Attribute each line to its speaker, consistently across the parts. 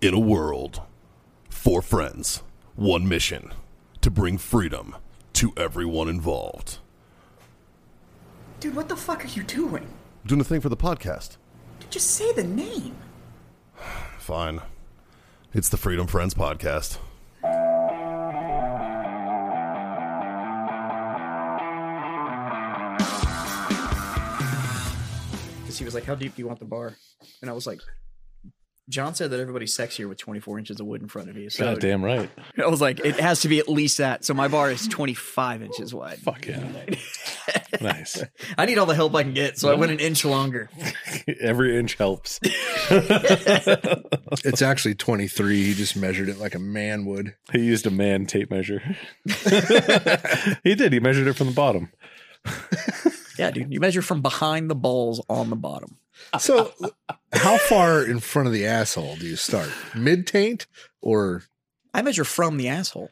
Speaker 1: In a world, four friends, one mission to bring freedom to everyone involved.
Speaker 2: Dude, what the fuck are you doing?
Speaker 1: Doing a thing for the podcast.
Speaker 2: Just say the name.
Speaker 1: Fine. It's the Freedom Friends Podcast.
Speaker 2: Because he was like, How deep do you want the bar? And I was like, John said that everybody's sexier with 24 inches of wood in front of you. So
Speaker 3: God damn right.
Speaker 2: I was like, It has to be at least that. So my bar is 25 inches wide.
Speaker 3: Fuck yeah. nice.
Speaker 2: I need all the help I can get. So I went an inch longer.
Speaker 3: Every inch helps.
Speaker 4: It's actually 23. He just measured it like a man would.
Speaker 3: He used a man tape measure. he did. He measured it from the bottom.
Speaker 2: Yeah, dude. You measure from behind the balls on the bottom.
Speaker 4: So, how far in front of the asshole do you start? Mid taint or
Speaker 2: I measure from the asshole.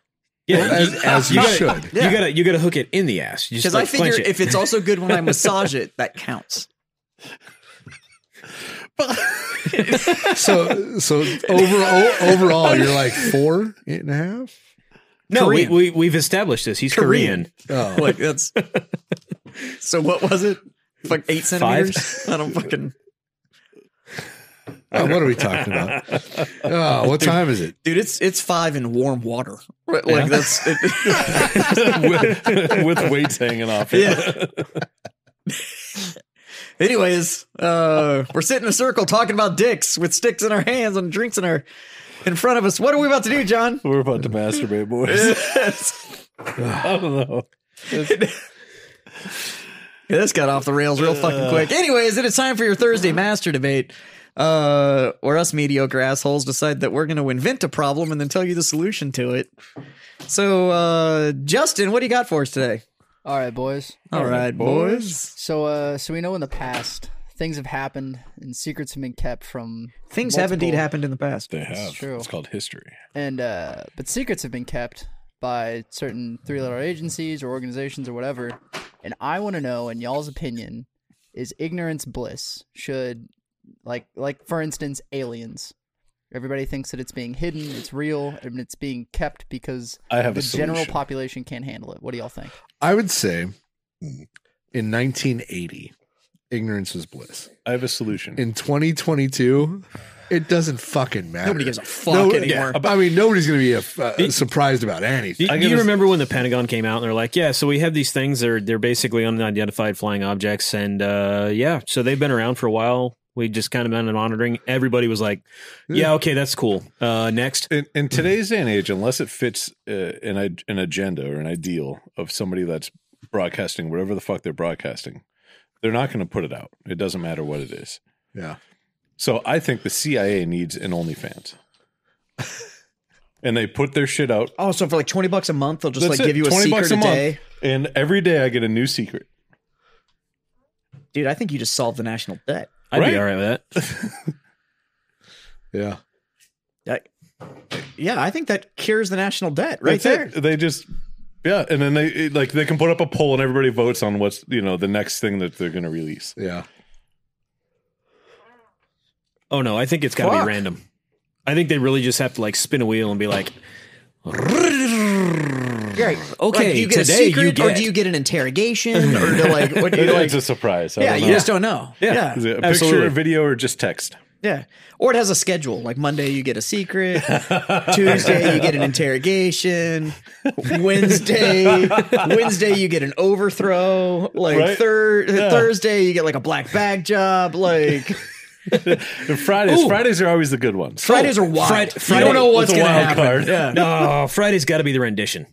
Speaker 4: as, as you should?
Speaker 5: You gotta you gotta hook it in the ass. You just
Speaker 2: Because
Speaker 5: like
Speaker 2: I figure
Speaker 5: clench it.
Speaker 2: if it's also good when I massage it, that counts.
Speaker 4: So, so overall, overall, you're like four and a half.
Speaker 5: no, we,
Speaker 2: Korean.
Speaker 5: we we've established this. He's Korean.
Speaker 4: Oh,
Speaker 2: Like that's so. What was it? Like eight
Speaker 5: Five?
Speaker 2: centimeters? I don't fucking
Speaker 4: oh, what are we talking about? Oh, what time is it?
Speaker 2: dude. It's it's five in warm water. Right, Like that's it,
Speaker 3: with, with weights hanging off it.
Speaker 2: yeah. Anyways, uh, we're sitting in a circle talking about dicks with sticks in our hands and drinks in our in front of us. What are we about to do, John?
Speaker 3: We're about to masturbate, boys. I don't know.
Speaker 2: Yeah, this got off the rails real
Speaker 3: Uh.
Speaker 2: fucking quick. Anyways, it is time for your Thursday master debate, uh, where us mediocre assholes decide that we're going to invent a problem and then tell you the solution to it. So, uh, Justin, what do you got for us today?
Speaker 6: All right, boys.
Speaker 2: All right, boys.
Speaker 6: So, uh, so we know in the past things have happened and secrets have been kept from
Speaker 2: Things have
Speaker 6: multiple-
Speaker 2: indeed happened in the past.
Speaker 3: They have.
Speaker 6: true.
Speaker 3: It's called history.
Speaker 6: and uh, but secrets have been kept by certain three-letter agencies or organizations or whatever. And I want to know, in y'all's opinion, is ignorance bliss? Should like like for instance, aliens. Everybody thinks that it's being hidden, it's real, and it's being kept because
Speaker 3: I have
Speaker 6: the
Speaker 3: a solution.
Speaker 6: general population can't handle it. What do y'all think?
Speaker 4: I would say in 1980, ignorance was bliss.
Speaker 3: I have a solution.
Speaker 4: In 2022, it doesn't fucking matter.
Speaker 2: Nobody gives a fuck anymore.
Speaker 4: I mean, nobody's going to be uh, surprised about anything.
Speaker 5: Do,
Speaker 3: I
Speaker 5: do
Speaker 3: gotta-
Speaker 5: you remember when the Pentagon came out and they're like, yeah, so we have these things. They're they're basically unidentified flying objects, and uh, yeah, so they've been around for a while. We just kind of been monitoring. Everybody was like, yeah, okay, that's cool. Uh, next,
Speaker 3: in, in today's day and age, unless it fits uh, an id- an agenda or an ideal of somebody that's broadcasting whatever the fuck they're broadcasting, they're not going to put it out. It doesn't matter what it is.
Speaker 4: Yeah.
Speaker 3: So I think the CIA needs an OnlyFans, and they put their shit out.
Speaker 2: Oh, so for like twenty bucks a month, they'll just
Speaker 3: That's
Speaker 2: like
Speaker 3: it.
Speaker 2: give you a
Speaker 3: Twenty bucks
Speaker 2: secret
Speaker 3: a
Speaker 2: a day.
Speaker 3: month, and every day I get a new secret.
Speaker 2: Dude, I think you just solved the national debt.
Speaker 5: I'd
Speaker 3: Right.
Speaker 5: be all right with that.
Speaker 4: Yeah.
Speaker 2: I- yeah, I think that cures the national debt right there.
Speaker 3: That's it. They just yeah, and then they it- like they can put up a poll and everybody votes on what's you know the next thing that they're going to release.
Speaker 4: Yeah.
Speaker 5: Oh no, I think it's got to
Speaker 2: Fuck.
Speaker 5: be random. I think they really just have to like spin a wheel and be like,
Speaker 2: Right.
Speaker 5: Okay,
Speaker 2: Like, do you get
Speaker 5: today
Speaker 2: a
Speaker 5: you
Speaker 2: secret, or
Speaker 5: get-
Speaker 2: do you get an interrogation, or do like what do
Speaker 3: It-
Speaker 2: you like?
Speaker 3: it's a surprise. I
Speaker 2: yeah,
Speaker 3: don't
Speaker 2: you
Speaker 3: know.
Speaker 2: just don't know.
Speaker 5: Yeah.
Speaker 3: Is it a
Speaker 5: Absolutely.
Speaker 3: picture, a video, or just text?
Speaker 2: Yeah. Or it has a schedule. Like Monday, you get a secret. Tuesday, you get an interrogation. Wednesday, Wednesday, you get an overthrow. Like
Speaker 3: Right?
Speaker 2: thir- Thursday, you get like a black bag job. Like
Speaker 3: And Fridays, Fridays are always the good ones.
Speaker 2: Fridays are wild.
Speaker 5: Friday-
Speaker 2: you
Speaker 5: Friday-
Speaker 2: don't know what's
Speaker 3: it's a
Speaker 2: going to
Speaker 3: wild
Speaker 2: happen.
Speaker 3: card.
Speaker 2: Yeah.
Speaker 5: no, Friday's got to be the rendition.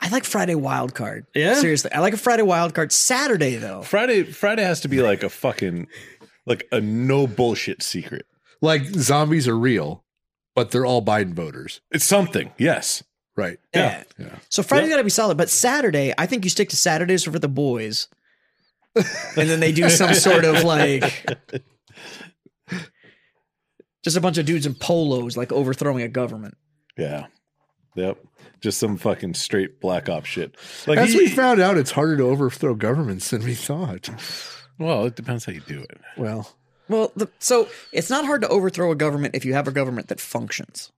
Speaker 2: I like Friday wild card.
Speaker 5: Yeah?
Speaker 2: Seriously, I like a Friday wild card. Saturday though.
Speaker 3: Friday, Friday has to be like a fucking, like a no bullshit secret.
Speaker 4: Like zombies are real, but they're all Biden voters.
Speaker 3: It's something. Yes.
Speaker 4: Right.
Speaker 2: Yeah. So Friday's got to be solid, but Saturday, I think you stick to Saturdays for the boys. and then they do some sort of like just a bunch of dudes in polos like overthrowing a government.
Speaker 3: Yeah. Yep. Just some fucking straight black op shit. Like
Speaker 4: As
Speaker 3: you-
Speaker 4: we found out, it's harder to overthrow governments than we thought.
Speaker 3: well, it depends how you do it.
Speaker 4: Well,
Speaker 2: Well, the, so it's not hard to overthrow a government if you have a government that functions.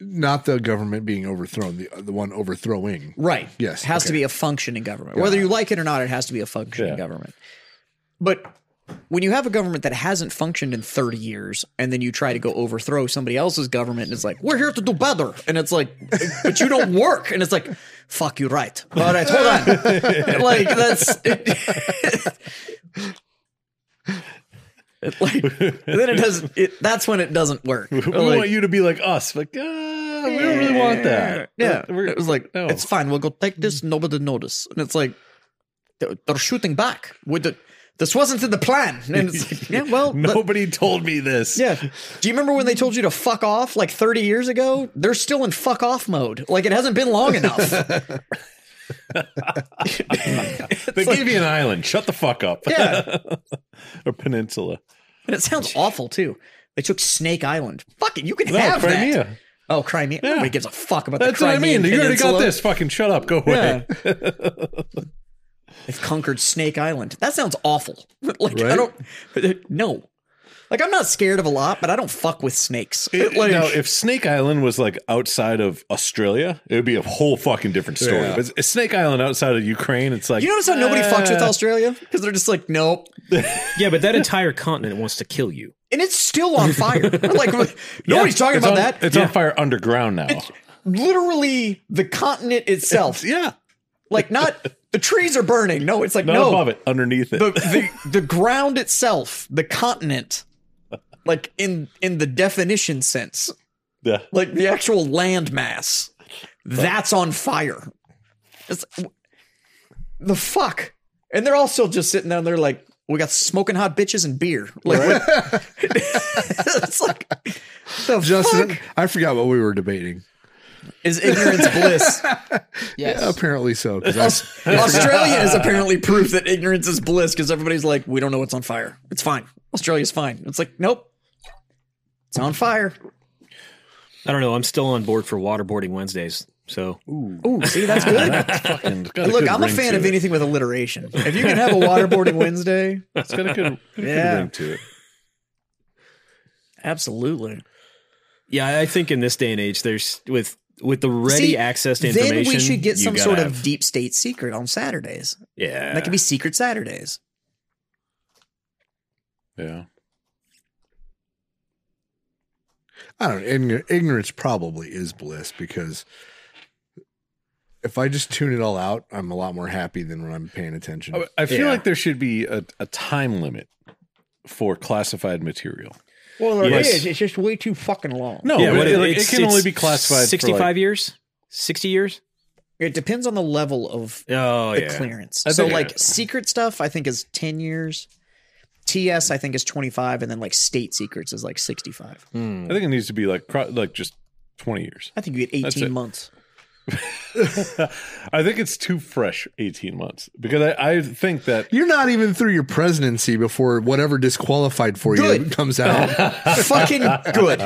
Speaker 4: Not the government being overthrown, the the one overthrowing.
Speaker 2: Right.
Speaker 4: Yes,
Speaker 2: Has to
Speaker 4: okay.
Speaker 2: be a functioning government. Whether you like it or not, it has to be a functioning
Speaker 3: Yeah.
Speaker 2: government. But when you have a government that hasn't functioned in 30 years and then you try to go overthrow somebody else's government and it's like, we're here to do better. And it's like, but you don't work. And it's like, fuck, you're right. All right, hold on. like, that's. It, like then it doesn't it, that's when it doesn't work
Speaker 3: We want you to be like us, like uh, we don't really want that.
Speaker 2: Yeah,
Speaker 3: We're-
Speaker 2: it was like
Speaker 3: no.
Speaker 2: it's fine. We'll go take this. Nobody notice, and it's like they're, they're shooting back. With the, this wasn't in the plan, and it's like, yeah, well, but-
Speaker 3: nobody told me this.
Speaker 2: yeah. Do you remember when they told you to fuck off like 30 years ago? They're still in fuck off mode. Like it hasn't been long enough.
Speaker 3: they gave you an island. Shut the fuck up.
Speaker 2: yeah,
Speaker 3: or peninsula.
Speaker 2: and it sounds awful too. They took Snake Island. Fuck it, you can
Speaker 3: No,
Speaker 2: have
Speaker 3: Crimea.
Speaker 2: that. Oh, Crimea. Nobody gives a fuck about
Speaker 3: That's
Speaker 2: the
Speaker 3: what I mean.
Speaker 2: Crimean
Speaker 3: You already got
Speaker 2: Peninsula.
Speaker 3: this. Fucking shut up. Go away.
Speaker 2: Yeah. They've conquered Snake Island. That sounds awful. like I
Speaker 4: Right?
Speaker 2: don't no. Like I'm not scared of a lot, but I don't fuck with snakes.
Speaker 3: It-
Speaker 2: like,
Speaker 3: now, if Snake Island was like outside of Australia, it would be a whole fucking different story.
Speaker 4: Yeah.
Speaker 3: But Snake Island outside of Ukraine, it's like
Speaker 2: you notice how nobody fucks with
Speaker 3: uh,
Speaker 2: Australia? Because they're just like, nope.
Speaker 5: Yeah, but that entire continent wants to kill you.
Speaker 2: And it's still on fire. like nobody's talking
Speaker 3: it's
Speaker 2: about
Speaker 3: on-
Speaker 2: that.
Speaker 3: It's on fire underground now.
Speaker 2: Literally the continent itself.
Speaker 3: yeah,
Speaker 2: like not the trees are burning. No, it's like
Speaker 3: not
Speaker 2: no.
Speaker 3: above it, underneath it.
Speaker 2: the, the the ground itself, the continent, like in in the definition sense,
Speaker 3: yeah.
Speaker 2: like the actual landmass that's on fire it's, the fuck and they're all still just sitting down there like we got smoking hot bitches and beer like what- it's like the
Speaker 4: Justin,
Speaker 2: fuck
Speaker 4: I forgot what we were debating.
Speaker 2: is ignorance bliss
Speaker 6: Yes.
Speaker 4: Apparently so. 'cause I-
Speaker 2: Aus- australia is apparently proof that ignorance is bliss because everybody's like we don't know what's on fire it's fine australia's fine it's like nope it's on fire
Speaker 5: I don't know. I'm still on board for waterboarding Wednesdays. So
Speaker 2: Ooh, see that's good
Speaker 3: fucking, it's got
Speaker 2: look
Speaker 3: good
Speaker 2: i'm a
Speaker 3: ring
Speaker 2: fan
Speaker 3: to
Speaker 2: of
Speaker 3: it.
Speaker 2: anything with alliteration if you can have a waterboarding wednesday
Speaker 3: It's got a good, good
Speaker 2: Yeah.
Speaker 3: ring to it.
Speaker 2: Absolutely.
Speaker 5: yeah, I think in this day and age, there's with with the ready
Speaker 2: See,
Speaker 5: access to information.
Speaker 2: Then we should get
Speaker 5: you
Speaker 2: some
Speaker 5: gotta
Speaker 2: sort of
Speaker 5: have-
Speaker 2: deep state secret on Saturdays.
Speaker 5: yeah.
Speaker 2: That could be Secret Saturdays.
Speaker 3: Yeah.
Speaker 4: I don't know. Ign- ignorance probably is bliss because if I just tune it all out, I'm a lot more happy than when I'm paying attention.
Speaker 3: I- I feel
Speaker 5: Yeah.
Speaker 3: like there should be a, a time limit for classified material.
Speaker 2: Well,
Speaker 5: there Yes. is.
Speaker 2: It's just way too fucking long.
Speaker 3: No,
Speaker 5: yeah,
Speaker 3: but
Speaker 5: what
Speaker 3: it, like, it
Speaker 5: it's-
Speaker 3: can only
Speaker 5: it's
Speaker 3: be classified.
Speaker 5: Sixty-five
Speaker 3: For like,
Speaker 5: years, sixty years.
Speaker 2: It depends on the level of
Speaker 5: Oh
Speaker 2: the
Speaker 5: yeah.
Speaker 2: clearance.
Speaker 3: I
Speaker 2: So,
Speaker 3: think-
Speaker 2: like, secret stuff, I think, is 10 years. TS, I think, is 25. And then, like, state secrets is like 65.
Speaker 5: Hmm.
Speaker 3: I think it needs to be like cro- like just twenty years.
Speaker 2: I think you get
Speaker 3: That's
Speaker 2: 18
Speaker 3: it.
Speaker 2: months.
Speaker 3: I think it's too fresh. Eighteen months because I, I think that
Speaker 4: You're not even through your presidency before whatever disqualified for you
Speaker 2: Good.
Speaker 4: comes out.
Speaker 2: fucking good.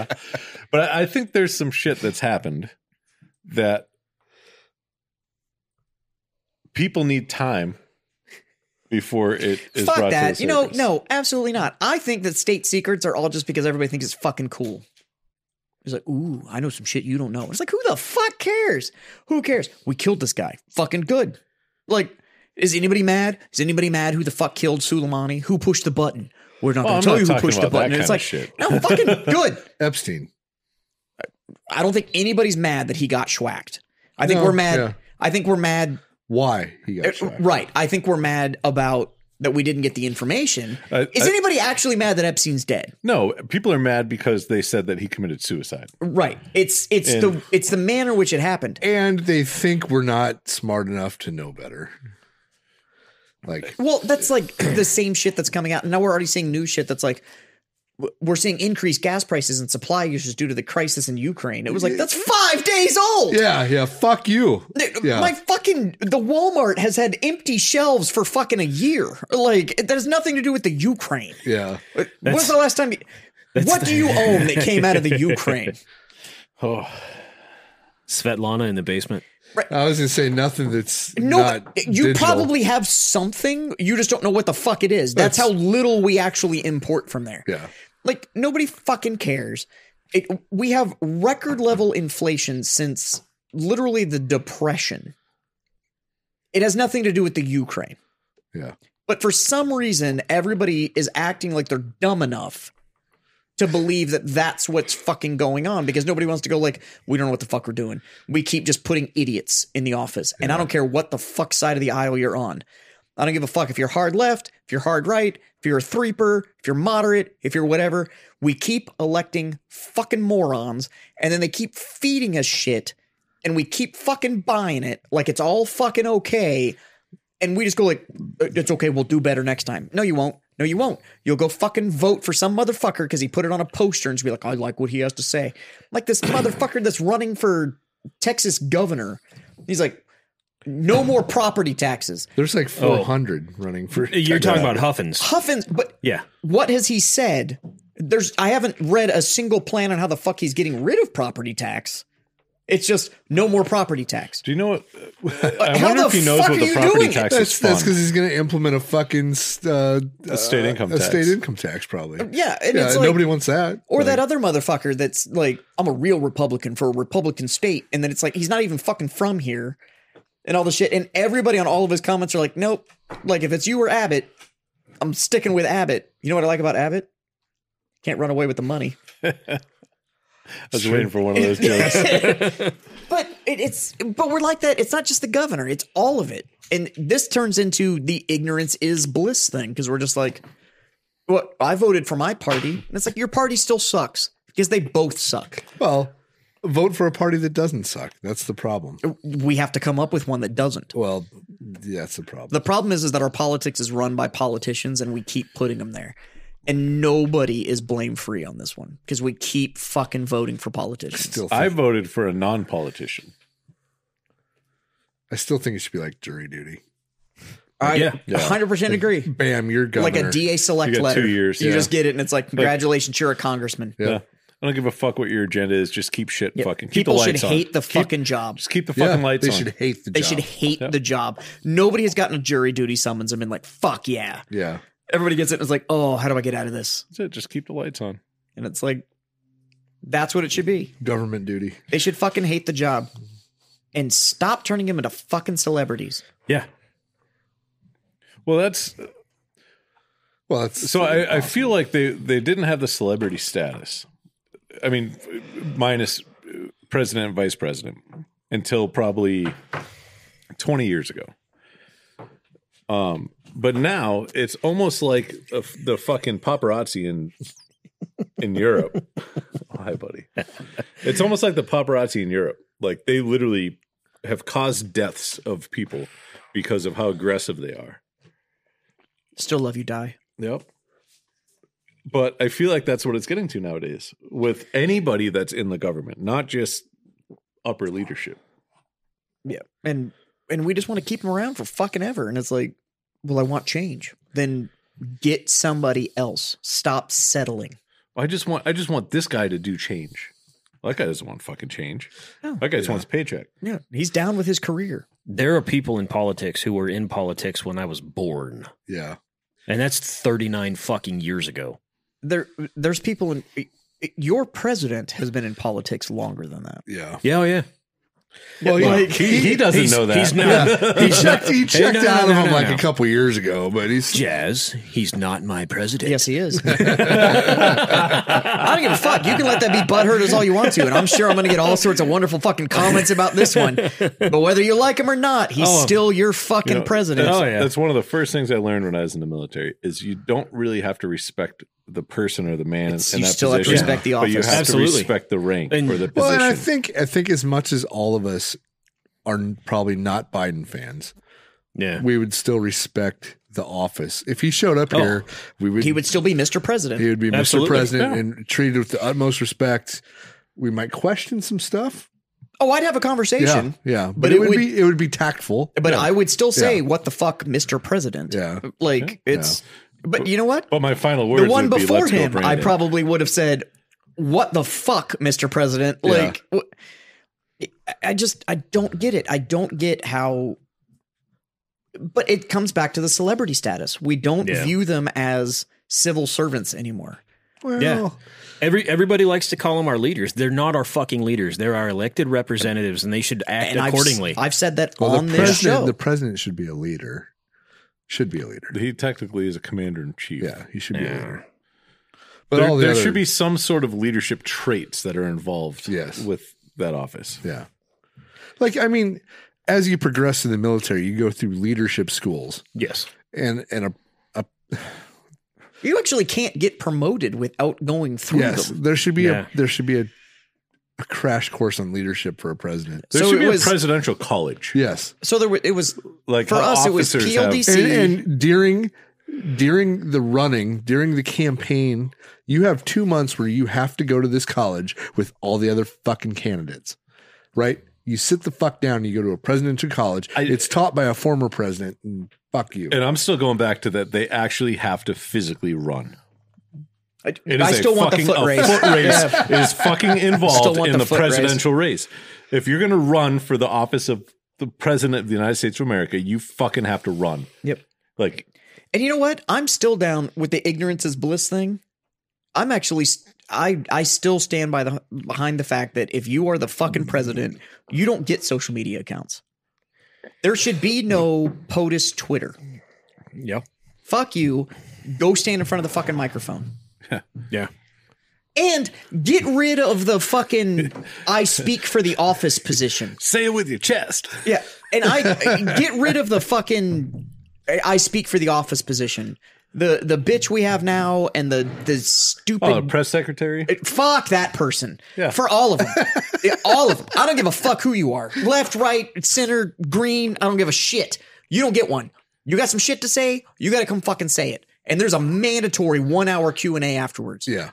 Speaker 3: But I I think there's some shit that's happened that people need time before it is
Speaker 2: Fuck
Speaker 3: brought
Speaker 2: that.
Speaker 3: to the
Speaker 2: You know,
Speaker 3: surface.
Speaker 2: no, absolutely not. I think that state secrets are all just because everybody thinks it's fucking cool. It's like, ooh, I know some shit you don't know. It's like, who the fuck cares? Who cares? We killed this guy. Fucking good. Like, is anybody mad? Is anybody mad who the fuck killed Suleimani? Who pushed the button? We're not
Speaker 3: Well,
Speaker 2: going
Speaker 3: I'm
Speaker 2: to tell
Speaker 3: not
Speaker 2: you who
Speaker 3: talking
Speaker 2: pushed the
Speaker 3: about that
Speaker 2: button. It's
Speaker 3: kinda
Speaker 2: like,
Speaker 3: shit.
Speaker 2: no, fucking good.
Speaker 4: Epstein.
Speaker 2: I don't think anybody's mad that he got schwacked. I think
Speaker 4: No,
Speaker 2: we're mad.
Speaker 4: yeah.
Speaker 2: I think we're mad.
Speaker 4: Why he got shot?
Speaker 2: Right. I think we're mad about that we didn't get the information.
Speaker 3: I-
Speaker 2: Is
Speaker 3: I-
Speaker 2: anybody actually mad that Epstein's dead?
Speaker 3: No, people are mad because they said that he committed suicide.
Speaker 2: Right. It's it's
Speaker 3: And-
Speaker 2: the it's the manner in which it happened.
Speaker 4: And they think we're not smart enough to know better. Like
Speaker 2: Well, that's like the same shit that's coming out. Now we're already seeing new shit that's like w- we're seeing increased gas prices and supply issues due to the crisis in Ukraine. It was like that's 5 days old.
Speaker 4: Yeah, yeah, fuck you.
Speaker 2: Dude,
Speaker 4: Yeah.
Speaker 2: My fucking the Walmart has had empty shelves for fucking a year. Like it- that has nothing to do with the Ukraine.
Speaker 4: Yeah.
Speaker 2: When was the last time? You, what do you own that came out of the Ukraine?
Speaker 3: Oh,
Speaker 5: Svetlana in the basement.
Speaker 4: I was gonna say nothing that's
Speaker 2: No,
Speaker 4: Not
Speaker 2: you
Speaker 4: digital.
Speaker 2: probably have something. You just don't know what the fuck it is. That's, how little we actually import from there.
Speaker 4: Yeah.
Speaker 2: Like nobody fucking cares. It, we have record level inflation since literally the depression. It has nothing to do with the Ukraine.
Speaker 4: Yeah.
Speaker 2: But for some reason, everybody is acting like they're dumb enough to believe that that's what's fucking going on because nobody wants to go like we don't know what the fuck we're doing. We keep just putting idiots in the office, and I don't care what the fuck side of the aisle you're on. I don't give a fuck if you're hard left, if you're hard right, if you're a threeper, if you're moderate, if you're whatever. We keep electing fucking morons, and then they keep feeding us shit, and we keep fucking buying it like it's all fucking okay and we just go like "Uh, it's okay we'll do better next time no you won't no you won't you'll go fucking vote for some motherfucker because he put it on a poster and just be like i like what he has to say like this motherfucker that's running for texas governor he's like no more property taxes
Speaker 4: There's like
Speaker 3: Oh.
Speaker 4: 400 running for.
Speaker 5: You're talking about Huffins.
Speaker 2: huffins but
Speaker 5: Yeah.
Speaker 2: what has he said there's i haven't read a single plan on how the fuck he's getting rid of property tax it's just no more property tax
Speaker 3: Do you know what? I
Speaker 2: how
Speaker 3: wonder
Speaker 2: the
Speaker 3: if he knows
Speaker 2: fuck
Speaker 3: what
Speaker 2: are
Speaker 3: the
Speaker 2: you doing
Speaker 3: property
Speaker 2: it?
Speaker 3: tax
Speaker 4: That's
Speaker 3: is
Speaker 4: that's because
Speaker 3: fund.
Speaker 4: he's gonna implement a fucking uh,
Speaker 3: A state
Speaker 4: uh,
Speaker 3: income
Speaker 4: a
Speaker 3: tax.
Speaker 4: state income tax probably.
Speaker 2: yeah and
Speaker 4: yeah,
Speaker 2: it's like
Speaker 4: nobody wants that.
Speaker 2: Or that other motherfucker that's like, I'm a real Republican for a Republican state. And then it's like, he's not even fucking from here and all the shit. And everybody on all of his comments are like, nope. Like, if it's you or Abbott, I'm sticking with Abbott. You know what I like about Abbott? Can't run away with the money.
Speaker 3: I was waiting for one of those jokes.
Speaker 2: But it, it's, but we're like that. It's not just the governor, it's all of it. And this turns into the ignorance is bliss thing because we're just like, well, I voted for my party. And it's like, your party still sucks because they both suck.
Speaker 4: well, vote for a party that doesn't suck. That's the problem.
Speaker 2: We have to come up with one that doesn't.
Speaker 4: Well, yeah, that's the problem.
Speaker 2: The problem is, is that our politics is run by politicians, and we keep putting them there, and nobody is blame free on this one because we keep fucking voting for politicians.
Speaker 4: Still, think,
Speaker 3: I voted for a non-politician.
Speaker 4: I still think it should be like jury duty.
Speaker 2: I
Speaker 3: Yeah. Yeah.
Speaker 2: hundred percent agree.
Speaker 4: Bam, you're governor.
Speaker 2: Like a DA select
Speaker 3: You got
Speaker 2: letter,
Speaker 3: two years,
Speaker 2: you
Speaker 3: yeah.
Speaker 2: just get it, and it's like, congratulations, you're a congressman.
Speaker 4: Yeah.
Speaker 3: Yeah. I don't give a fuck what your agenda is. Just keep shit fucking. Keep
Speaker 2: People
Speaker 3: the
Speaker 2: should
Speaker 3: lights on.
Speaker 2: hate the
Speaker 3: Keep-
Speaker 2: fucking job.
Speaker 3: Just keep the
Speaker 4: Yeah,
Speaker 3: fucking lights
Speaker 4: they
Speaker 3: on.
Speaker 4: should hate the
Speaker 2: They
Speaker 4: job.
Speaker 2: should hate the job. Nobody has gotten a jury duty summons and been like, "Fuck yeah!"
Speaker 4: Yeah.
Speaker 2: Everybody gets it and it's like, "Oh, how do I get out of this?"
Speaker 3: That's it. Just keep the lights on.
Speaker 2: And it's like, that's what it should be.
Speaker 4: Government duty.
Speaker 2: They should fucking hate the job and stop turning them into fucking celebrities.
Speaker 3: Yeah. Well, that's
Speaker 4: Well, that's
Speaker 3: so. I, I feel like they they didn't have the celebrity status. I mean, minus uh, president and vice president until probably twenty years ago. Um, but now it's almost like a f- the fucking paparazzi in in Europe. Oh, Hi, buddy. It's almost like the paparazzi in Europe. Like they literally have caused deaths of people because of how aggressive they are.
Speaker 2: Still love you, die.
Speaker 3: Yep. But I feel like that's what it's getting to nowadays with anybody that's in the government, not just upper leadership.
Speaker 2: Yeah, and and we just want to keep them around for fucking ever. And it's like, well, I want change. Then get somebody else. Stop settling.
Speaker 3: I just want I just want this guy to do change. That guy doesn't want fucking change.
Speaker 2: No.
Speaker 3: That guy just wants a paycheck.
Speaker 2: Oh, Yeah, he's down with his career.
Speaker 5: There are people in politics who were in politics when I was born.
Speaker 4: yeah.
Speaker 5: And that's 39 fucking years ago.
Speaker 2: There, there's people in. Your president has been in politics longer than that.
Speaker 4: Yeah.
Speaker 5: Yeah, oh, yeah.
Speaker 4: Well,
Speaker 3: Like, he, he doesn't
Speaker 5: he's-
Speaker 3: know that.
Speaker 5: he's not-
Speaker 4: he checked, he checked
Speaker 5: no,
Speaker 4: out
Speaker 5: no,
Speaker 4: of him
Speaker 5: no,
Speaker 4: like
Speaker 5: no.
Speaker 4: a couple years ago, but he's
Speaker 5: Jazz, he's not my president.
Speaker 2: Yes, he is. I don't give a fuck. You can let that be butthurt as all you want to, and I'm sure I'm going to get all sorts of wonderful fucking comments about this one. But whether you like him or not, he's
Speaker 4: Oh, um,
Speaker 2: still your fucking president.
Speaker 5: Oh, yeah.
Speaker 3: That's one of the first things I learned when I was in the military is you don't really have to respect the person or the man
Speaker 2: It's-
Speaker 3: in
Speaker 2: you
Speaker 3: that
Speaker 2: still have to
Speaker 3: position,
Speaker 2: respect the
Speaker 3: but you
Speaker 2: office.
Speaker 3: have
Speaker 5: Absolutely.
Speaker 3: to respect the rank
Speaker 5: And-
Speaker 3: or the position.
Speaker 4: Well, and I think I think as much as all of us are n- probably not Biden fans,
Speaker 5: Yeah.
Speaker 4: we would still respect the office. If he showed up here, we would
Speaker 2: He would still be Mr. President.
Speaker 4: he would be Mr.
Speaker 5: Absolutely.
Speaker 4: President
Speaker 5: Yeah.
Speaker 4: and treated with the utmost respect. We might question some stuff.
Speaker 2: Oh, I'd have a
Speaker 4: Yeah,
Speaker 2: conversation.
Speaker 4: yeah, but,
Speaker 2: But
Speaker 4: it,
Speaker 2: it
Speaker 4: would,
Speaker 2: would-
Speaker 4: be it would be tactful.
Speaker 2: But I would still say,
Speaker 4: Yeah.
Speaker 2: "What the fuck, Mister President?"
Speaker 4: Yeah.
Speaker 2: like it's. But you know what?
Speaker 3: but my final words
Speaker 2: The one
Speaker 3: would be,
Speaker 2: before
Speaker 3: Let's go,
Speaker 2: him, I
Speaker 3: Brandon."
Speaker 2: probably would have said, "What the fuck, Mister President?" Like, wh- I- I just I don't get it. I don't get how but it comes back to the celebrity status. We don't
Speaker 5: Yeah.
Speaker 2: view them as civil servants anymore.
Speaker 4: Well,
Speaker 5: Yeah. Every everybody likes to call them our leaders. They're not our fucking leaders. They're our elected representatives, and they should act
Speaker 2: And I've s-
Speaker 5: accordingly.
Speaker 2: I've, said that
Speaker 4: well,
Speaker 2: on
Speaker 4: the
Speaker 2: this
Speaker 4: president,
Speaker 2: show.
Speaker 4: the president should be a leader. Should be a leader.
Speaker 3: He technically is a commander in chief.
Speaker 4: Yeah, he should be a leader. But
Speaker 3: There,
Speaker 4: all the
Speaker 3: there
Speaker 4: other-
Speaker 3: should be some sort of leadership traits that are involved
Speaker 4: Yes.
Speaker 3: with that office.
Speaker 4: Yeah. Like I mean, as you progress in the military, you go through leadership schools
Speaker 5: yes.
Speaker 4: and and a
Speaker 2: you actually can't get promoted without going through
Speaker 4: yes,
Speaker 2: them.
Speaker 4: there should be
Speaker 5: Yeah.
Speaker 4: a there should be a a crash course on leadership for a president.
Speaker 3: There
Speaker 2: So
Speaker 3: should
Speaker 2: it
Speaker 3: be
Speaker 2: was-
Speaker 3: a presidential college.
Speaker 4: Yes.
Speaker 2: So there wa- it was
Speaker 3: Like
Speaker 2: for
Speaker 3: how
Speaker 2: us it was
Speaker 3: officers have-
Speaker 2: PLDC
Speaker 4: And, and during during the running, during the campaign, you have 2 months where you have to go to this college with all the other fucking candidates. Right? You sit the fuck down and you go to a presidential college.
Speaker 3: I-
Speaker 4: it's taught by a former president and fuck you.
Speaker 3: And I'm still going back to that. They actually have to physically run.
Speaker 2: I,
Speaker 3: It
Speaker 2: I
Speaker 3: is a
Speaker 2: still want the
Speaker 3: fucking-
Speaker 2: foot
Speaker 3: a
Speaker 2: race.
Speaker 3: Foot race is fucking involved
Speaker 2: want
Speaker 3: in
Speaker 2: the
Speaker 3: the,
Speaker 2: foot race.
Speaker 3: presidential race. If you're going to run for the office of the president of the United States of America, you fucking have to run.
Speaker 2: Yep.
Speaker 3: Like
Speaker 2: And you know what? I'm still down with the ignorance is bliss thing. I'm actually I I still stand by the behind the fact that if you are the fucking president, you don't get social media accounts. There should be no POTUS Twitter.
Speaker 5: Yeah.
Speaker 2: Fuck you. Go stand in front of the fucking microphone.
Speaker 5: Yeah.
Speaker 2: And get rid of the fucking I speak for the office position.
Speaker 3: say it with your chest.
Speaker 2: Yeah, and I get rid of the fucking. I I speak for the office position. The the bitch we have now and the the stupid.
Speaker 3: Oh, the press secretary.
Speaker 2: Fuck that person. For all of them. Yeah, all of them. I don't give a fuck who you are. Left, right, center, green. I don't give a shit. You don't get one. You got some shit to say. You got to come fucking say it. And there's a mandatory one hour Q and A afterwards.
Speaker 4: yeah.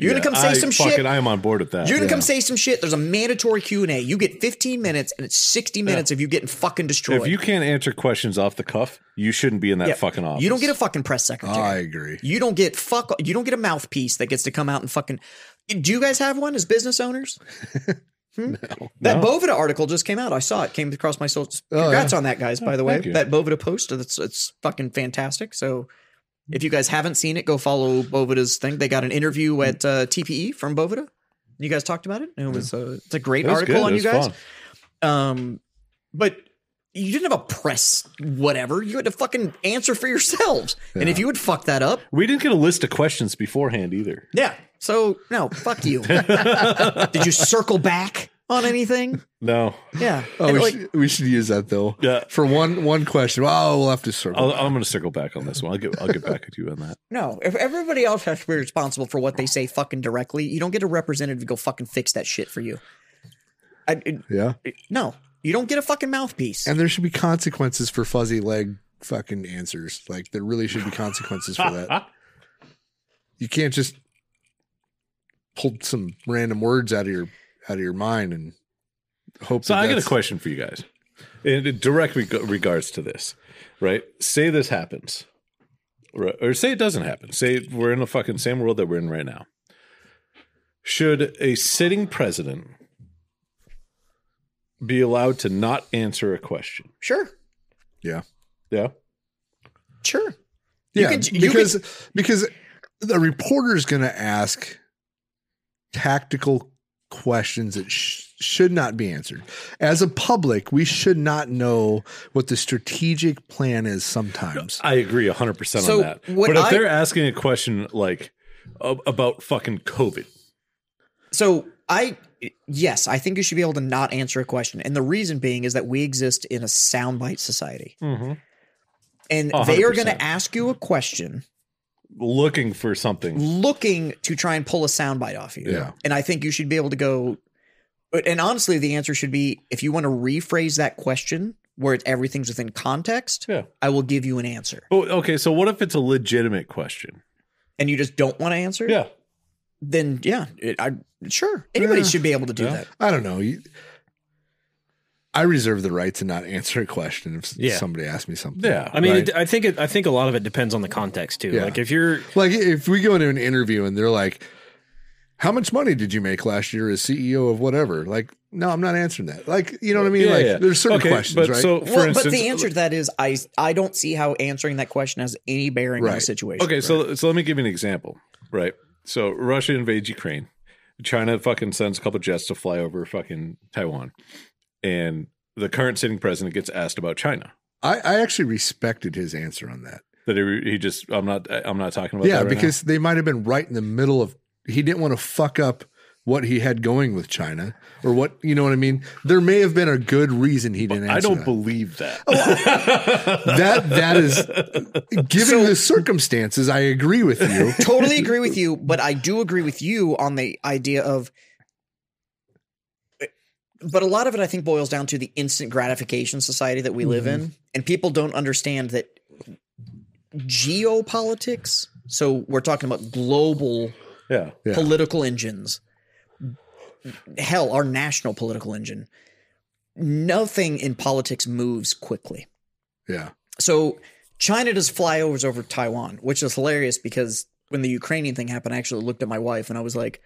Speaker 2: You're gonna come say
Speaker 3: I,
Speaker 2: some
Speaker 3: fucking,
Speaker 2: shit.
Speaker 3: I am on board with that.
Speaker 2: You're gonna come say some shit. There's a mandatory Q and A. You get 15 minutes, and it's 60 minutes of you getting fucking destroyed.
Speaker 3: if you can't answer questions off the cuff, you shouldn't be in that
Speaker 2: Yeah.
Speaker 3: fucking office.
Speaker 2: You don't get a fucking press secretary.
Speaker 4: I agree.
Speaker 2: you don't get fuck. You don't get a mouthpiece that gets to come out and fucking. Do you guys have one as business owners? Hmm? That Bovida article just came out. I saw it. Came across my social.
Speaker 4: Oh,
Speaker 2: Congrats on that, guys. by the way,
Speaker 3: thank you.
Speaker 2: that Bovida post. It's it's fucking fantastic. So. If you guys haven't seen it, go follow Bovida's thing. They got an interview at uh, TPE from Bovida. You guys talked about it. It was a, it's a great
Speaker 3: It was
Speaker 2: article
Speaker 3: good.
Speaker 2: on
Speaker 3: It
Speaker 2: you
Speaker 3: was
Speaker 2: guys.
Speaker 3: fun.
Speaker 2: Um, but you didn't have a press, whatever. You had to fucking answer for yourselves. And if you would fuck that up,
Speaker 3: We didn't get a list of questions beforehand either.
Speaker 2: yeah. So no, fuck you. Did you circle back on anything?
Speaker 3: No,
Speaker 2: Yeah.
Speaker 4: Oh,
Speaker 2: And,
Speaker 4: we,
Speaker 2: like,
Speaker 4: should, we should use that though.
Speaker 3: Yeah.
Speaker 4: For one one question. Well, we'll have to circle.
Speaker 3: I'll, I'm going to circle back on this one. I'll get I'll get back at you on that.
Speaker 2: no. If everybody else has to be responsible for what they say fucking directly, you don't get a representative to go fucking fix that shit for you. I, it-
Speaker 3: Oh.
Speaker 4: yeah.
Speaker 2: no, you don't get a fucking mouthpiece.
Speaker 4: And there should be consequences for fuzzy leg fucking answers. Like there really should be consequences for that. You can't just pull some random words out of your out of your mind and hope.
Speaker 3: So
Speaker 4: that
Speaker 3: I got a
Speaker 4: that's-
Speaker 3: question for you guys, in in direct reg- regards to this, right? Say this happens, right? or say it doesn't happen. Say we're in the fucking same world that we're in right now. Should a sitting president be allowed to not answer a question?
Speaker 2: sure,
Speaker 4: Yeah.
Speaker 3: Yeah,
Speaker 2: sure. You
Speaker 4: Yeah.
Speaker 2: could- you
Speaker 4: because because the reporter is going to ask tactical questions that sh- should not be answered. As a public, we should not know what the strategic plan is. Sometimes.
Speaker 3: I agree hundred percent
Speaker 2: So
Speaker 3: on that.
Speaker 2: what
Speaker 3: But if
Speaker 2: I-
Speaker 3: they're asking a question like ab- about fucking COVID,
Speaker 2: So I yes, I think you should be able to not answer a question, and the reason being is that we exist in a soundbite society, and
Speaker 3: Mm-hmm. A
Speaker 2: they
Speaker 3: hundred
Speaker 2: are going
Speaker 3: percent.
Speaker 2: to ask you a question,
Speaker 3: looking for something,
Speaker 2: looking to try and pull a soundbite off you.
Speaker 4: Yeah.
Speaker 2: and I think you should be able to go. And honestly, the answer should be if you want to rephrase that question where it's, everything's within context.
Speaker 3: Yeah.
Speaker 2: I will give you an answer,
Speaker 3: Oh, okay, so what if it's a legitimate question?
Speaker 2: and you just don't want to answer. it?
Speaker 3: Yeah.
Speaker 2: then yeah, it, I sure anybody
Speaker 4: Yeah.
Speaker 2: should be able to do
Speaker 3: Yeah.
Speaker 2: that.
Speaker 4: I don't know. You- I reserve the right to not answer a question if s-
Speaker 5: Yeah.
Speaker 4: somebody asks me something.
Speaker 3: Yeah.
Speaker 5: I mean,
Speaker 4: Right.
Speaker 5: it, I think it, I think a lot of it depends on the context too.
Speaker 4: Yeah.
Speaker 5: Like if you're
Speaker 4: Like if we go into an interview and they're like, "How much money did you make last year as CEO E of whatever?" Like No, I'm not answering that. Like, you know what I mean?
Speaker 3: Yeah,
Speaker 4: like,
Speaker 3: yeah.
Speaker 4: there's certain
Speaker 3: Okay,
Speaker 4: questions,
Speaker 3: but
Speaker 4: right?
Speaker 3: So, for
Speaker 2: well,
Speaker 3: instance, uh,
Speaker 2: but the answer to that is I I don't see how answering that question has any bearing on the
Speaker 4: Right.
Speaker 2: situation.
Speaker 3: Okay, so so let me give you an example. Right. So Russia invades Ukraine. China fucking sends a couple jets to fly over fucking Taiwan. And the current sitting president gets asked about China.
Speaker 4: I, I actually respected his answer on that.
Speaker 3: That he, he just I'm not I'm not talking about
Speaker 4: yeah,
Speaker 3: that right now.
Speaker 4: because they might have been right in the middle of. He didn't want to fuck up what he had going with China or what you know what I mean. There may have been a good reason he didn't. Answer
Speaker 3: I don't
Speaker 4: that. Oh,
Speaker 3: believe that.
Speaker 4: that. That is given the circumstances. I agree with you.
Speaker 2: totally agree with you, but I do agree with you on the idea of. eh, But a lot of it, I think, boils down to the instant gratification society that we live
Speaker 3: Mm-hmm.
Speaker 2: in, and people don't understand that geopolitics. So we're talking about global
Speaker 3: yeah.
Speaker 4: Yeah.
Speaker 2: political engines. Hell, our national political engine. Nothing in politics moves quickly.
Speaker 4: Yeah,
Speaker 2: So China does flyovers over Taiwan, which is hilarious because when the Ukrainian thing happened, I actually looked at my wife and I was like,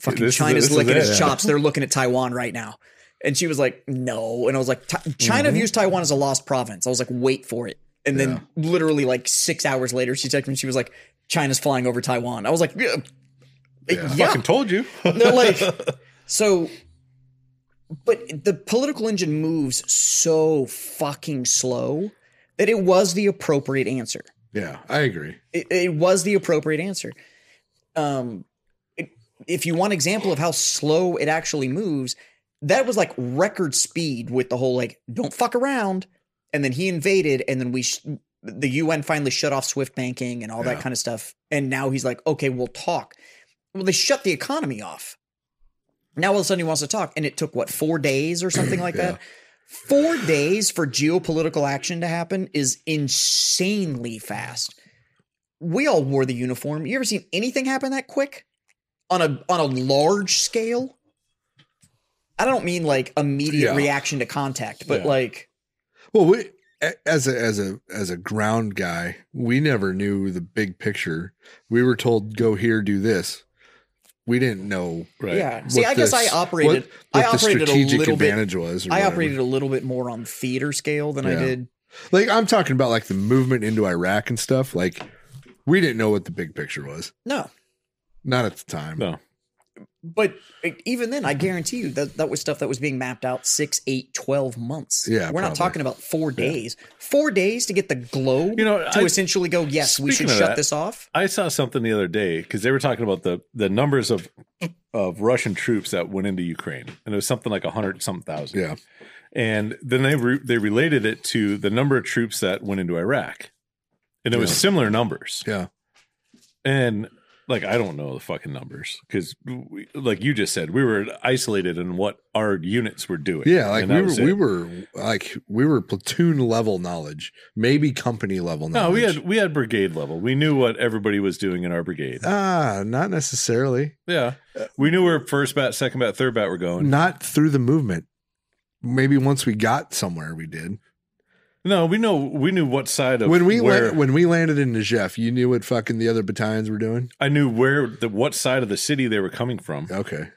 Speaker 2: fucking
Speaker 3: This is-
Speaker 2: China's
Speaker 3: this is
Speaker 2: licking
Speaker 3: it,
Speaker 2: its
Speaker 3: yeah.
Speaker 2: chops. They're looking at Taiwan right now. And she was like, no. And I was like, "Ti- China
Speaker 3: Mm-hmm.
Speaker 2: views Taiwan as a lost province. I was like, wait for it. And then literally like six hours later, she texted me and she was like, China's flying over Taiwan. I was like, yeah. yeah.
Speaker 3: Fucking told you.
Speaker 2: They're like, so, but the political engine moves so fucking slow that it was the appropriate answer.
Speaker 4: yeah, I agree.
Speaker 2: It, it was the appropriate answer. Um, it- if you want example of how slow it actually moves, that was like record speed with the whole like don't fuck around, and then he invaded, and then we sh- the UN finally shut off SWIFT banking and all that
Speaker 4: Yeah.
Speaker 2: kind of stuff, and now he's like, okay, we'll talk. Well, they shut the economy off. Now all of a sudden he wants to talk, and it took what four days or something like that. Four days for geopolitical action to happen is insanely fast we all wore the uniform. You ever seen anything happen that quick on a on a large scale? I don't mean like immediate
Speaker 4: Yeah.
Speaker 2: reaction to contact, but
Speaker 3: Yeah.
Speaker 2: like
Speaker 4: Well, we a- as a as a as a ground guy, we never knew the big picture. We were told go here, do this. We didn't know.
Speaker 3: Right.
Speaker 2: yeah. See,
Speaker 4: what
Speaker 2: I guess
Speaker 4: this-
Speaker 2: I operated
Speaker 4: what, what
Speaker 2: I
Speaker 4: the
Speaker 2: operated a
Speaker 4: strategic
Speaker 2: little bit
Speaker 4: advantage was. or
Speaker 2: I
Speaker 4: whatever.
Speaker 2: operated a little bit more on theater scale than I
Speaker 4: Yeah.
Speaker 2: did.
Speaker 4: like I'm talking about like the movement into Iraq and stuff. Like we didn't know what the big picture was,
Speaker 2: No.
Speaker 4: not at the time.
Speaker 3: No.
Speaker 2: But like, even then, I guarantee you that that was stuff that was being mapped out six, eight, twelve months.
Speaker 4: Yeah,
Speaker 2: We're not
Speaker 4: probably.
Speaker 2: talking about four days. Four days to get the globe
Speaker 3: You know,
Speaker 2: to
Speaker 3: I-
Speaker 2: essentially go, yes, we
Speaker 3: Speaking
Speaker 2: should
Speaker 3: of
Speaker 2: shut
Speaker 3: that,
Speaker 2: this off.
Speaker 3: I saw something the other day because they were talking about the the numbers of of Russian troops that went into Ukraine, and it was something like a hundred something thousand.
Speaker 4: Yeah.
Speaker 3: and then they re- they related it to the number of troops that went into Iraq, and it was
Speaker 4: Yeah.
Speaker 3: similar numbers.
Speaker 4: Yeah.
Speaker 3: And like I don't know the fucking numbers because, like you just said, we were isolated in what our units were doing.
Speaker 4: Yeah, like
Speaker 3: And that
Speaker 4: we were,
Speaker 3: was
Speaker 4: we
Speaker 3: it.
Speaker 4: were like we were platoon level knowledge, maybe company level knowledge.
Speaker 3: No, we had we had brigade level. We knew what everybody was doing in our brigade.
Speaker 4: ah, not necessarily,
Speaker 3: Yeah, we knew where first bat, second bat, third bat were going.
Speaker 4: not through the movement. Maybe once we got somewhere, we did.
Speaker 3: No, we know we knew what side of
Speaker 4: When we
Speaker 3: where,
Speaker 4: la- when we landed in Najef, you knew what fucking the other battalions were doing.
Speaker 3: I knew where the what side of the city they were coming from.
Speaker 4: Okay,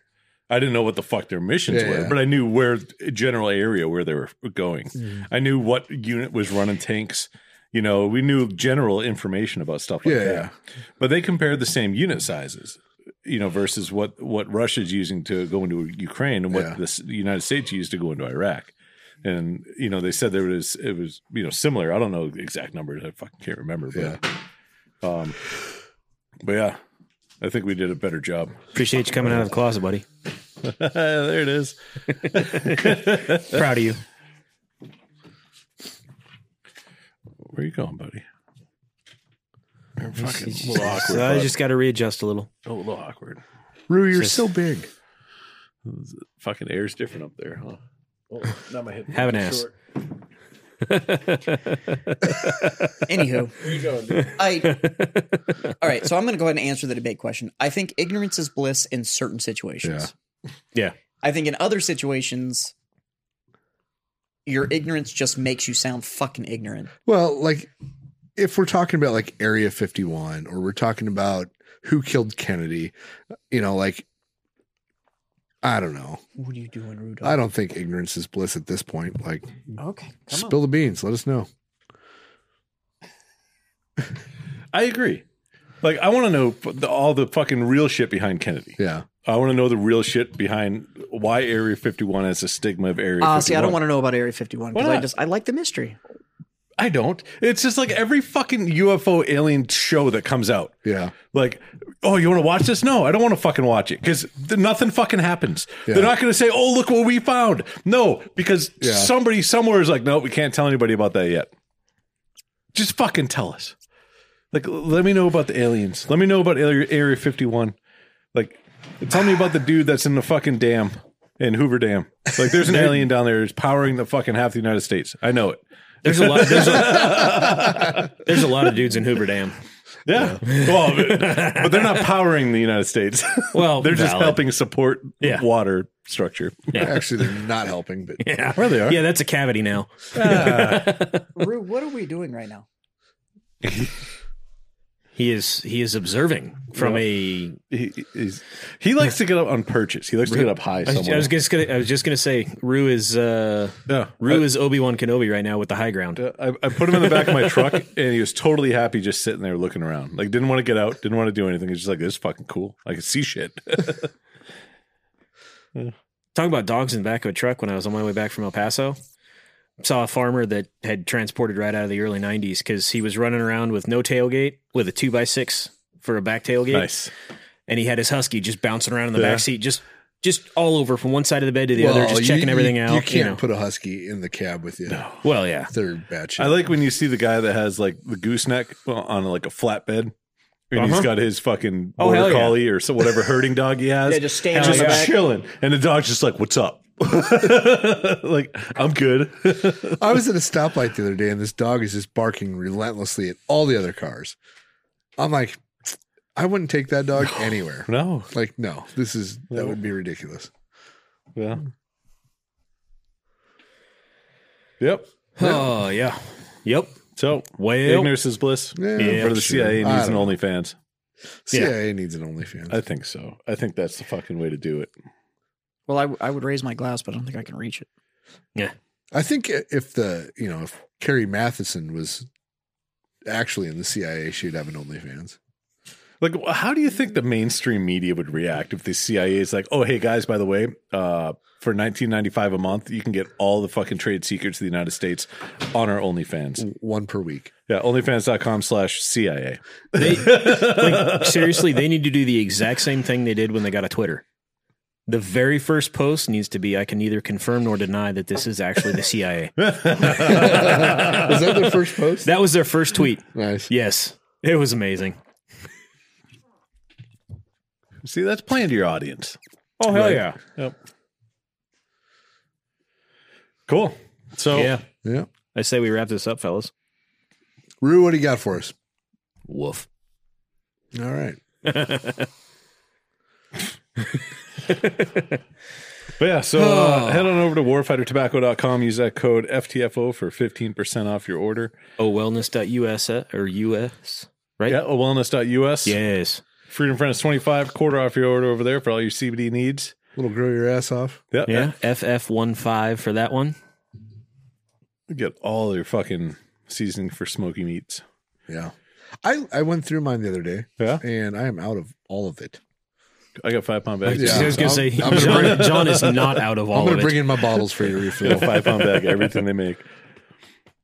Speaker 3: I didn't know what the fuck their missions
Speaker 4: Yeah,
Speaker 3: were,
Speaker 4: yeah.
Speaker 3: but I knew where general area where they were going.
Speaker 4: Mm.
Speaker 3: I knew what unit was running tanks. You know, we knew general information about stuff like
Speaker 4: Yeah,
Speaker 3: that.
Speaker 4: yeah.
Speaker 3: But they compared the same unit sizes, you know, versus what what Russia's using to go into Ukraine and what
Speaker 4: Yeah.
Speaker 3: the s- the United States used to go into Iraq. And you know, they said there was it was you know similar. I don't know the exact numbers. I fucking can't remember. But,
Speaker 4: yeah,
Speaker 3: Um, but yeah, I think we did a better job.
Speaker 5: Appreciate you coming out of the closet, buddy.
Speaker 3: there it is.
Speaker 5: Proud of you.
Speaker 3: Where you going, buddy? You're fucking a little awkward.
Speaker 5: So I just got to readjust a little.
Speaker 3: bud. Oh, a little awkward.
Speaker 4: Rue, you're so big.
Speaker 3: Fucking air's different up there, huh? Oh, now my head.
Speaker 5: Have an ass.
Speaker 2: Anywho.
Speaker 3: Where you going, dude?
Speaker 2: I all right, so I'm going to go ahead and answer the debate question. I think ignorance is bliss in certain situations.
Speaker 5: Yeah.
Speaker 2: I think in other situations, your ignorance just makes you sound fucking ignorant.
Speaker 4: Well, like if we're talking about like Area 51 or we're talking about who killed Kennedy, you know, like I don't know.
Speaker 6: What are you doing, Rudolph?
Speaker 4: I don't think ignorance is bliss at this point. Like,
Speaker 6: Okay, come
Speaker 4: spill the beans. Let us know.
Speaker 3: I agree. Like, I want to know f- the, all the fucking real shit behind Kennedy.
Speaker 4: Yeah.
Speaker 3: I want to know the real shit behind why Area 51 has a stigma of Area
Speaker 2: Uh,
Speaker 3: 51.
Speaker 2: see, I don't want to know about Area 51
Speaker 3: Why
Speaker 2: because I
Speaker 3: not?
Speaker 2: just I like the mystery.
Speaker 3: I don't. It's just like every fucking UFO alien show that comes out.
Speaker 4: Yeah.
Speaker 3: Like, oh, you want to watch this? No, I don't want to fucking watch it because nothing fucking happens. They're not going to say, oh, look what we found. No, because
Speaker 4: Yeah.
Speaker 3: somebody somewhere is like, no, we can't tell anybody about that yet. Just fucking tell us. Like, l- let me know about the aliens. Let me know about Area Area 51. Like, tell me about the dude that's in the fucking dam in Hoover Dam. Like, there's an alien down there. It's powering the fucking half the United States. I know it.
Speaker 5: There's a lot. There's a, there's a lot of dudes in Hoover Dam.
Speaker 3: Yeah. Well, but, but they're not powering the United States.
Speaker 5: Well,
Speaker 3: they're just
Speaker 5: valid.
Speaker 3: helping support
Speaker 5: Yeah.
Speaker 3: water structure.
Speaker 4: Actually, they're not helping, but
Speaker 5: Yeah.
Speaker 4: Well, they are.
Speaker 5: Yeah, that's a cavity now.
Speaker 2: Rue, what are we doing right now?
Speaker 5: He is he is observing from a
Speaker 3: He, he's- he likes to get up on purchase. He likes to get up high
Speaker 5: I was,
Speaker 3: somewhere.
Speaker 5: I was just gonna. I was just gonna say, Rue is uh,
Speaker 3: Yeah.
Speaker 5: Rue is Obi Wan Kenobi right now with the high ground.
Speaker 3: I, I put him in the back of my truck and he was totally happy just sitting there looking around. Like, didn't want to get out, didn't want to do anything. He's just like, this is fucking cool. I can see shit.
Speaker 5: Talking about dogs in the back of a truck. When I was on my way back from El Paso, saw a farmer that had transported right out of the early '90s because he was running around with no tailgate, with a two by six for a back tailgate,
Speaker 3: nice.
Speaker 5: and he had his husky just bouncing around in the
Speaker 3: Yeah.
Speaker 5: back seat, just just all over from one side of the bed to the other,
Speaker 4: Well,
Speaker 5: just
Speaker 4: you-
Speaker 5: checking
Speaker 4: you-
Speaker 5: everything out.
Speaker 4: You can't
Speaker 5: know.
Speaker 4: put a husky in the cab with you. No.
Speaker 5: well, yeah,
Speaker 4: They're bad shit.
Speaker 3: I like when you see the guy that has like the gooseneck on like a flatbed. And he's
Speaker 5: Uh-huh.
Speaker 3: got his fucking
Speaker 5: Oh,
Speaker 3: border
Speaker 5: hell yeah.
Speaker 3: collie or so whatever herding dog he has.
Speaker 2: Yeah, just standing
Speaker 3: just
Speaker 2: on the back.
Speaker 3: chilling, and the dog's just like, "What's up?" like I'm good.
Speaker 4: I was at a stoplight the other day, and this dog is just barking relentlessly at all the other cars. I'm like, I wouldn't take that dog anywhere.
Speaker 3: no,
Speaker 4: Like, no, this is that would be ridiculous.
Speaker 3: yeah, yep.
Speaker 5: oh yeah, yep.
Speaker 3: So
Speaker 5: Well,
Speaker 3: ignorance is bliss.
Speaker 4: Yeah,
Speaker 5: Yeah,
Speaker 3: Or the CIA
Speaker 4: I
Speaker 3: needs an
Speaker 4: don't
Speaker 3: OnlyFans.
Speaker 4: CIA needs an OnlyFans.
Speaker 3: I think so. I think that's the fucking way to do it.
Speaker 2: Well, I, w- I would raise my glass, but I don't think I can reach it.
Speaker 4: I think i- if the you know if Carrie Matheson was actually in the CIA, she'd have an OnlyFans.
Speaker 3: Like, how do you think the mainstream media would react if the CIA is like, "Oh, hey guys, by the way, uh, for nineteen ninety five a month, you can get all the fucking trade secrets of the United States on our OnlyFans."
Speaker 4: One per week.
Speaker 3: Yeah, OnlyFans.com slash CIA.
Speaker 5: They, like, seriously, they need to do the exact same thing they did when they got a Twitter. The very first post needs to be I can neither confirm nor deny that this is actually the CIA.
Speaker 4: Is that their first post?
Speaker 5: that was their first tweet.
Speaker 4: nice.
Speaker 5: Yes. It was amazing.
Speaker 3: See, that's playing to your audience.
Speaker 5: Oh
Speaker 3: hell yeah. Yep. Cool. So
Speaker 5: Yeah.
Speaker 4: Yeah.
Speaker 5: I say we wrap this up, fellas.
Speaker 4: Rue, what do you got for us?
Speaker 5: Woof.
Speaker 4: All right.
Speaker 3: But yeah, so uh, head on over to warfightertobacco.com. Use that code FTFO for 15% off your order.
Speaker 5: Oh wellness.us uh, or US. Right?
Speaker 3: Yeah, wellness.us.
Speaker 5: Yes.
Speaker 3: Freedom Friends 25, quarter off your order over there for all your CBD needs.
Speaker 4: Little grow your ass off.
Speaker 3: Yep.
Speaker 5: Yeah. FF15 for that one.
Speaker 3: Get all your fucking seasoning for smoky meats.
Speaker 4: Yeah. I I went through mine the other day.
Speaker 3: Yeah.
Speaker 4: And I am out of all of it.
Speaker 3: I got five pound bags.
Speaker 5: I
Speaker 4: Yeah.
Speaker 5: was going to say,
Speaker 4: I'm- I'm gonna
Speaker 5: John, John is not out of
Speaker 4: I'm
Speaker 5: all
Speaker 4: going
Speaker 5: of
Speaker 4: to
Speaker 5: it.
Speaker 4: bring in my bottles for your
Speaker 3: I got
Speaker 4: refill.
Speaker 3: a five pound bag, everything they make.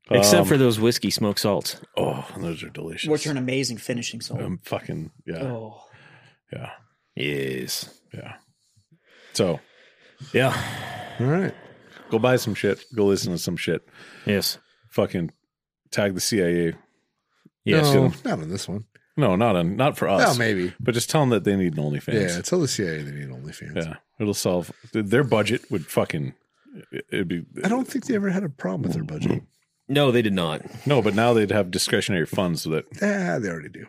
Speaker 5: except
Speaker 3: Um,
Speaker 5: for those whiskey smoke salts.
Speaker 3: Oh, those are delicious.
Speaker 2: Which are an amazing finishing salt.
Speaker 3: Um, fucking, yeah.
Speaker 2: oh.
Speaker 3: Yeah.
Speaker 5: Yes.
Speaker 3: Yeah. So
Speaker 5: Yeah.
Speaker 4: all right.
Speaker 3: go buy some shit. Go listen to some shit.
Speaker 5: Yes.
Speaker 3: Fucking tag the CIA.
Speaker 5: Yes.
Speaker 4: no, not on this one.
Speaker 3: No, not on, not for us.
Speaker 4: Oh, maybe.
Speaker 3: But just tell them that they need an
Speaker 4: Yeah,
Speaker 3: OnlyFans.
Speaker 4: tell the CIA they need OnlyFans.
Speaker 3: Yeah. It'll solve their budget would fucking it'd be
Speaker 4: I don't think they ever had a problem with their budget.
Speaker 5: No, they did not.
Speaker 3: no, but now they'd have discretionary funds that
Speaker 4: Yeah, Ah, they already do.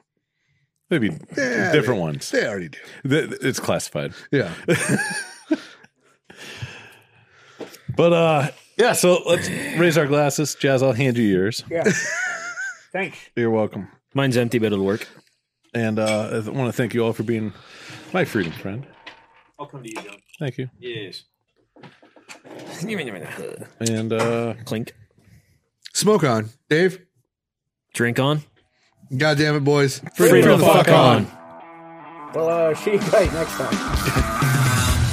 Speaker 3: they'd be
Speaker 4: Yeah,
Speaker 3: different
Speaker 4: they-
Speaker 3: ones.
Speaker 4: They already do.
Speaker 3: Th- It's classified.
Speaker 4: Yeah.
Speaker 3: But uh yeah, so let's raise our glasses. Jazz, I'll hand you yours.
Speaker 2: Thanks.
Speaker 3: You're welcome.
Speaker 5: Mine's empty, but it'll work.
Speaker 3: And uh I want to thank you all for being my freedom friend.
Speaker 5: I'll come to you, John.
Speaker 3: Thank you.
Speaker 5: Yes.
Speaker 3: And uh
Speaker 5: Clink.
Speaker 4: Smoke on, Dave.
Speaker 5: Drink on.
Speaker 4: God damn it, boys.
Speaker 5: Freedom the fuck on.
Speaker 7: Well, uh, she right next time.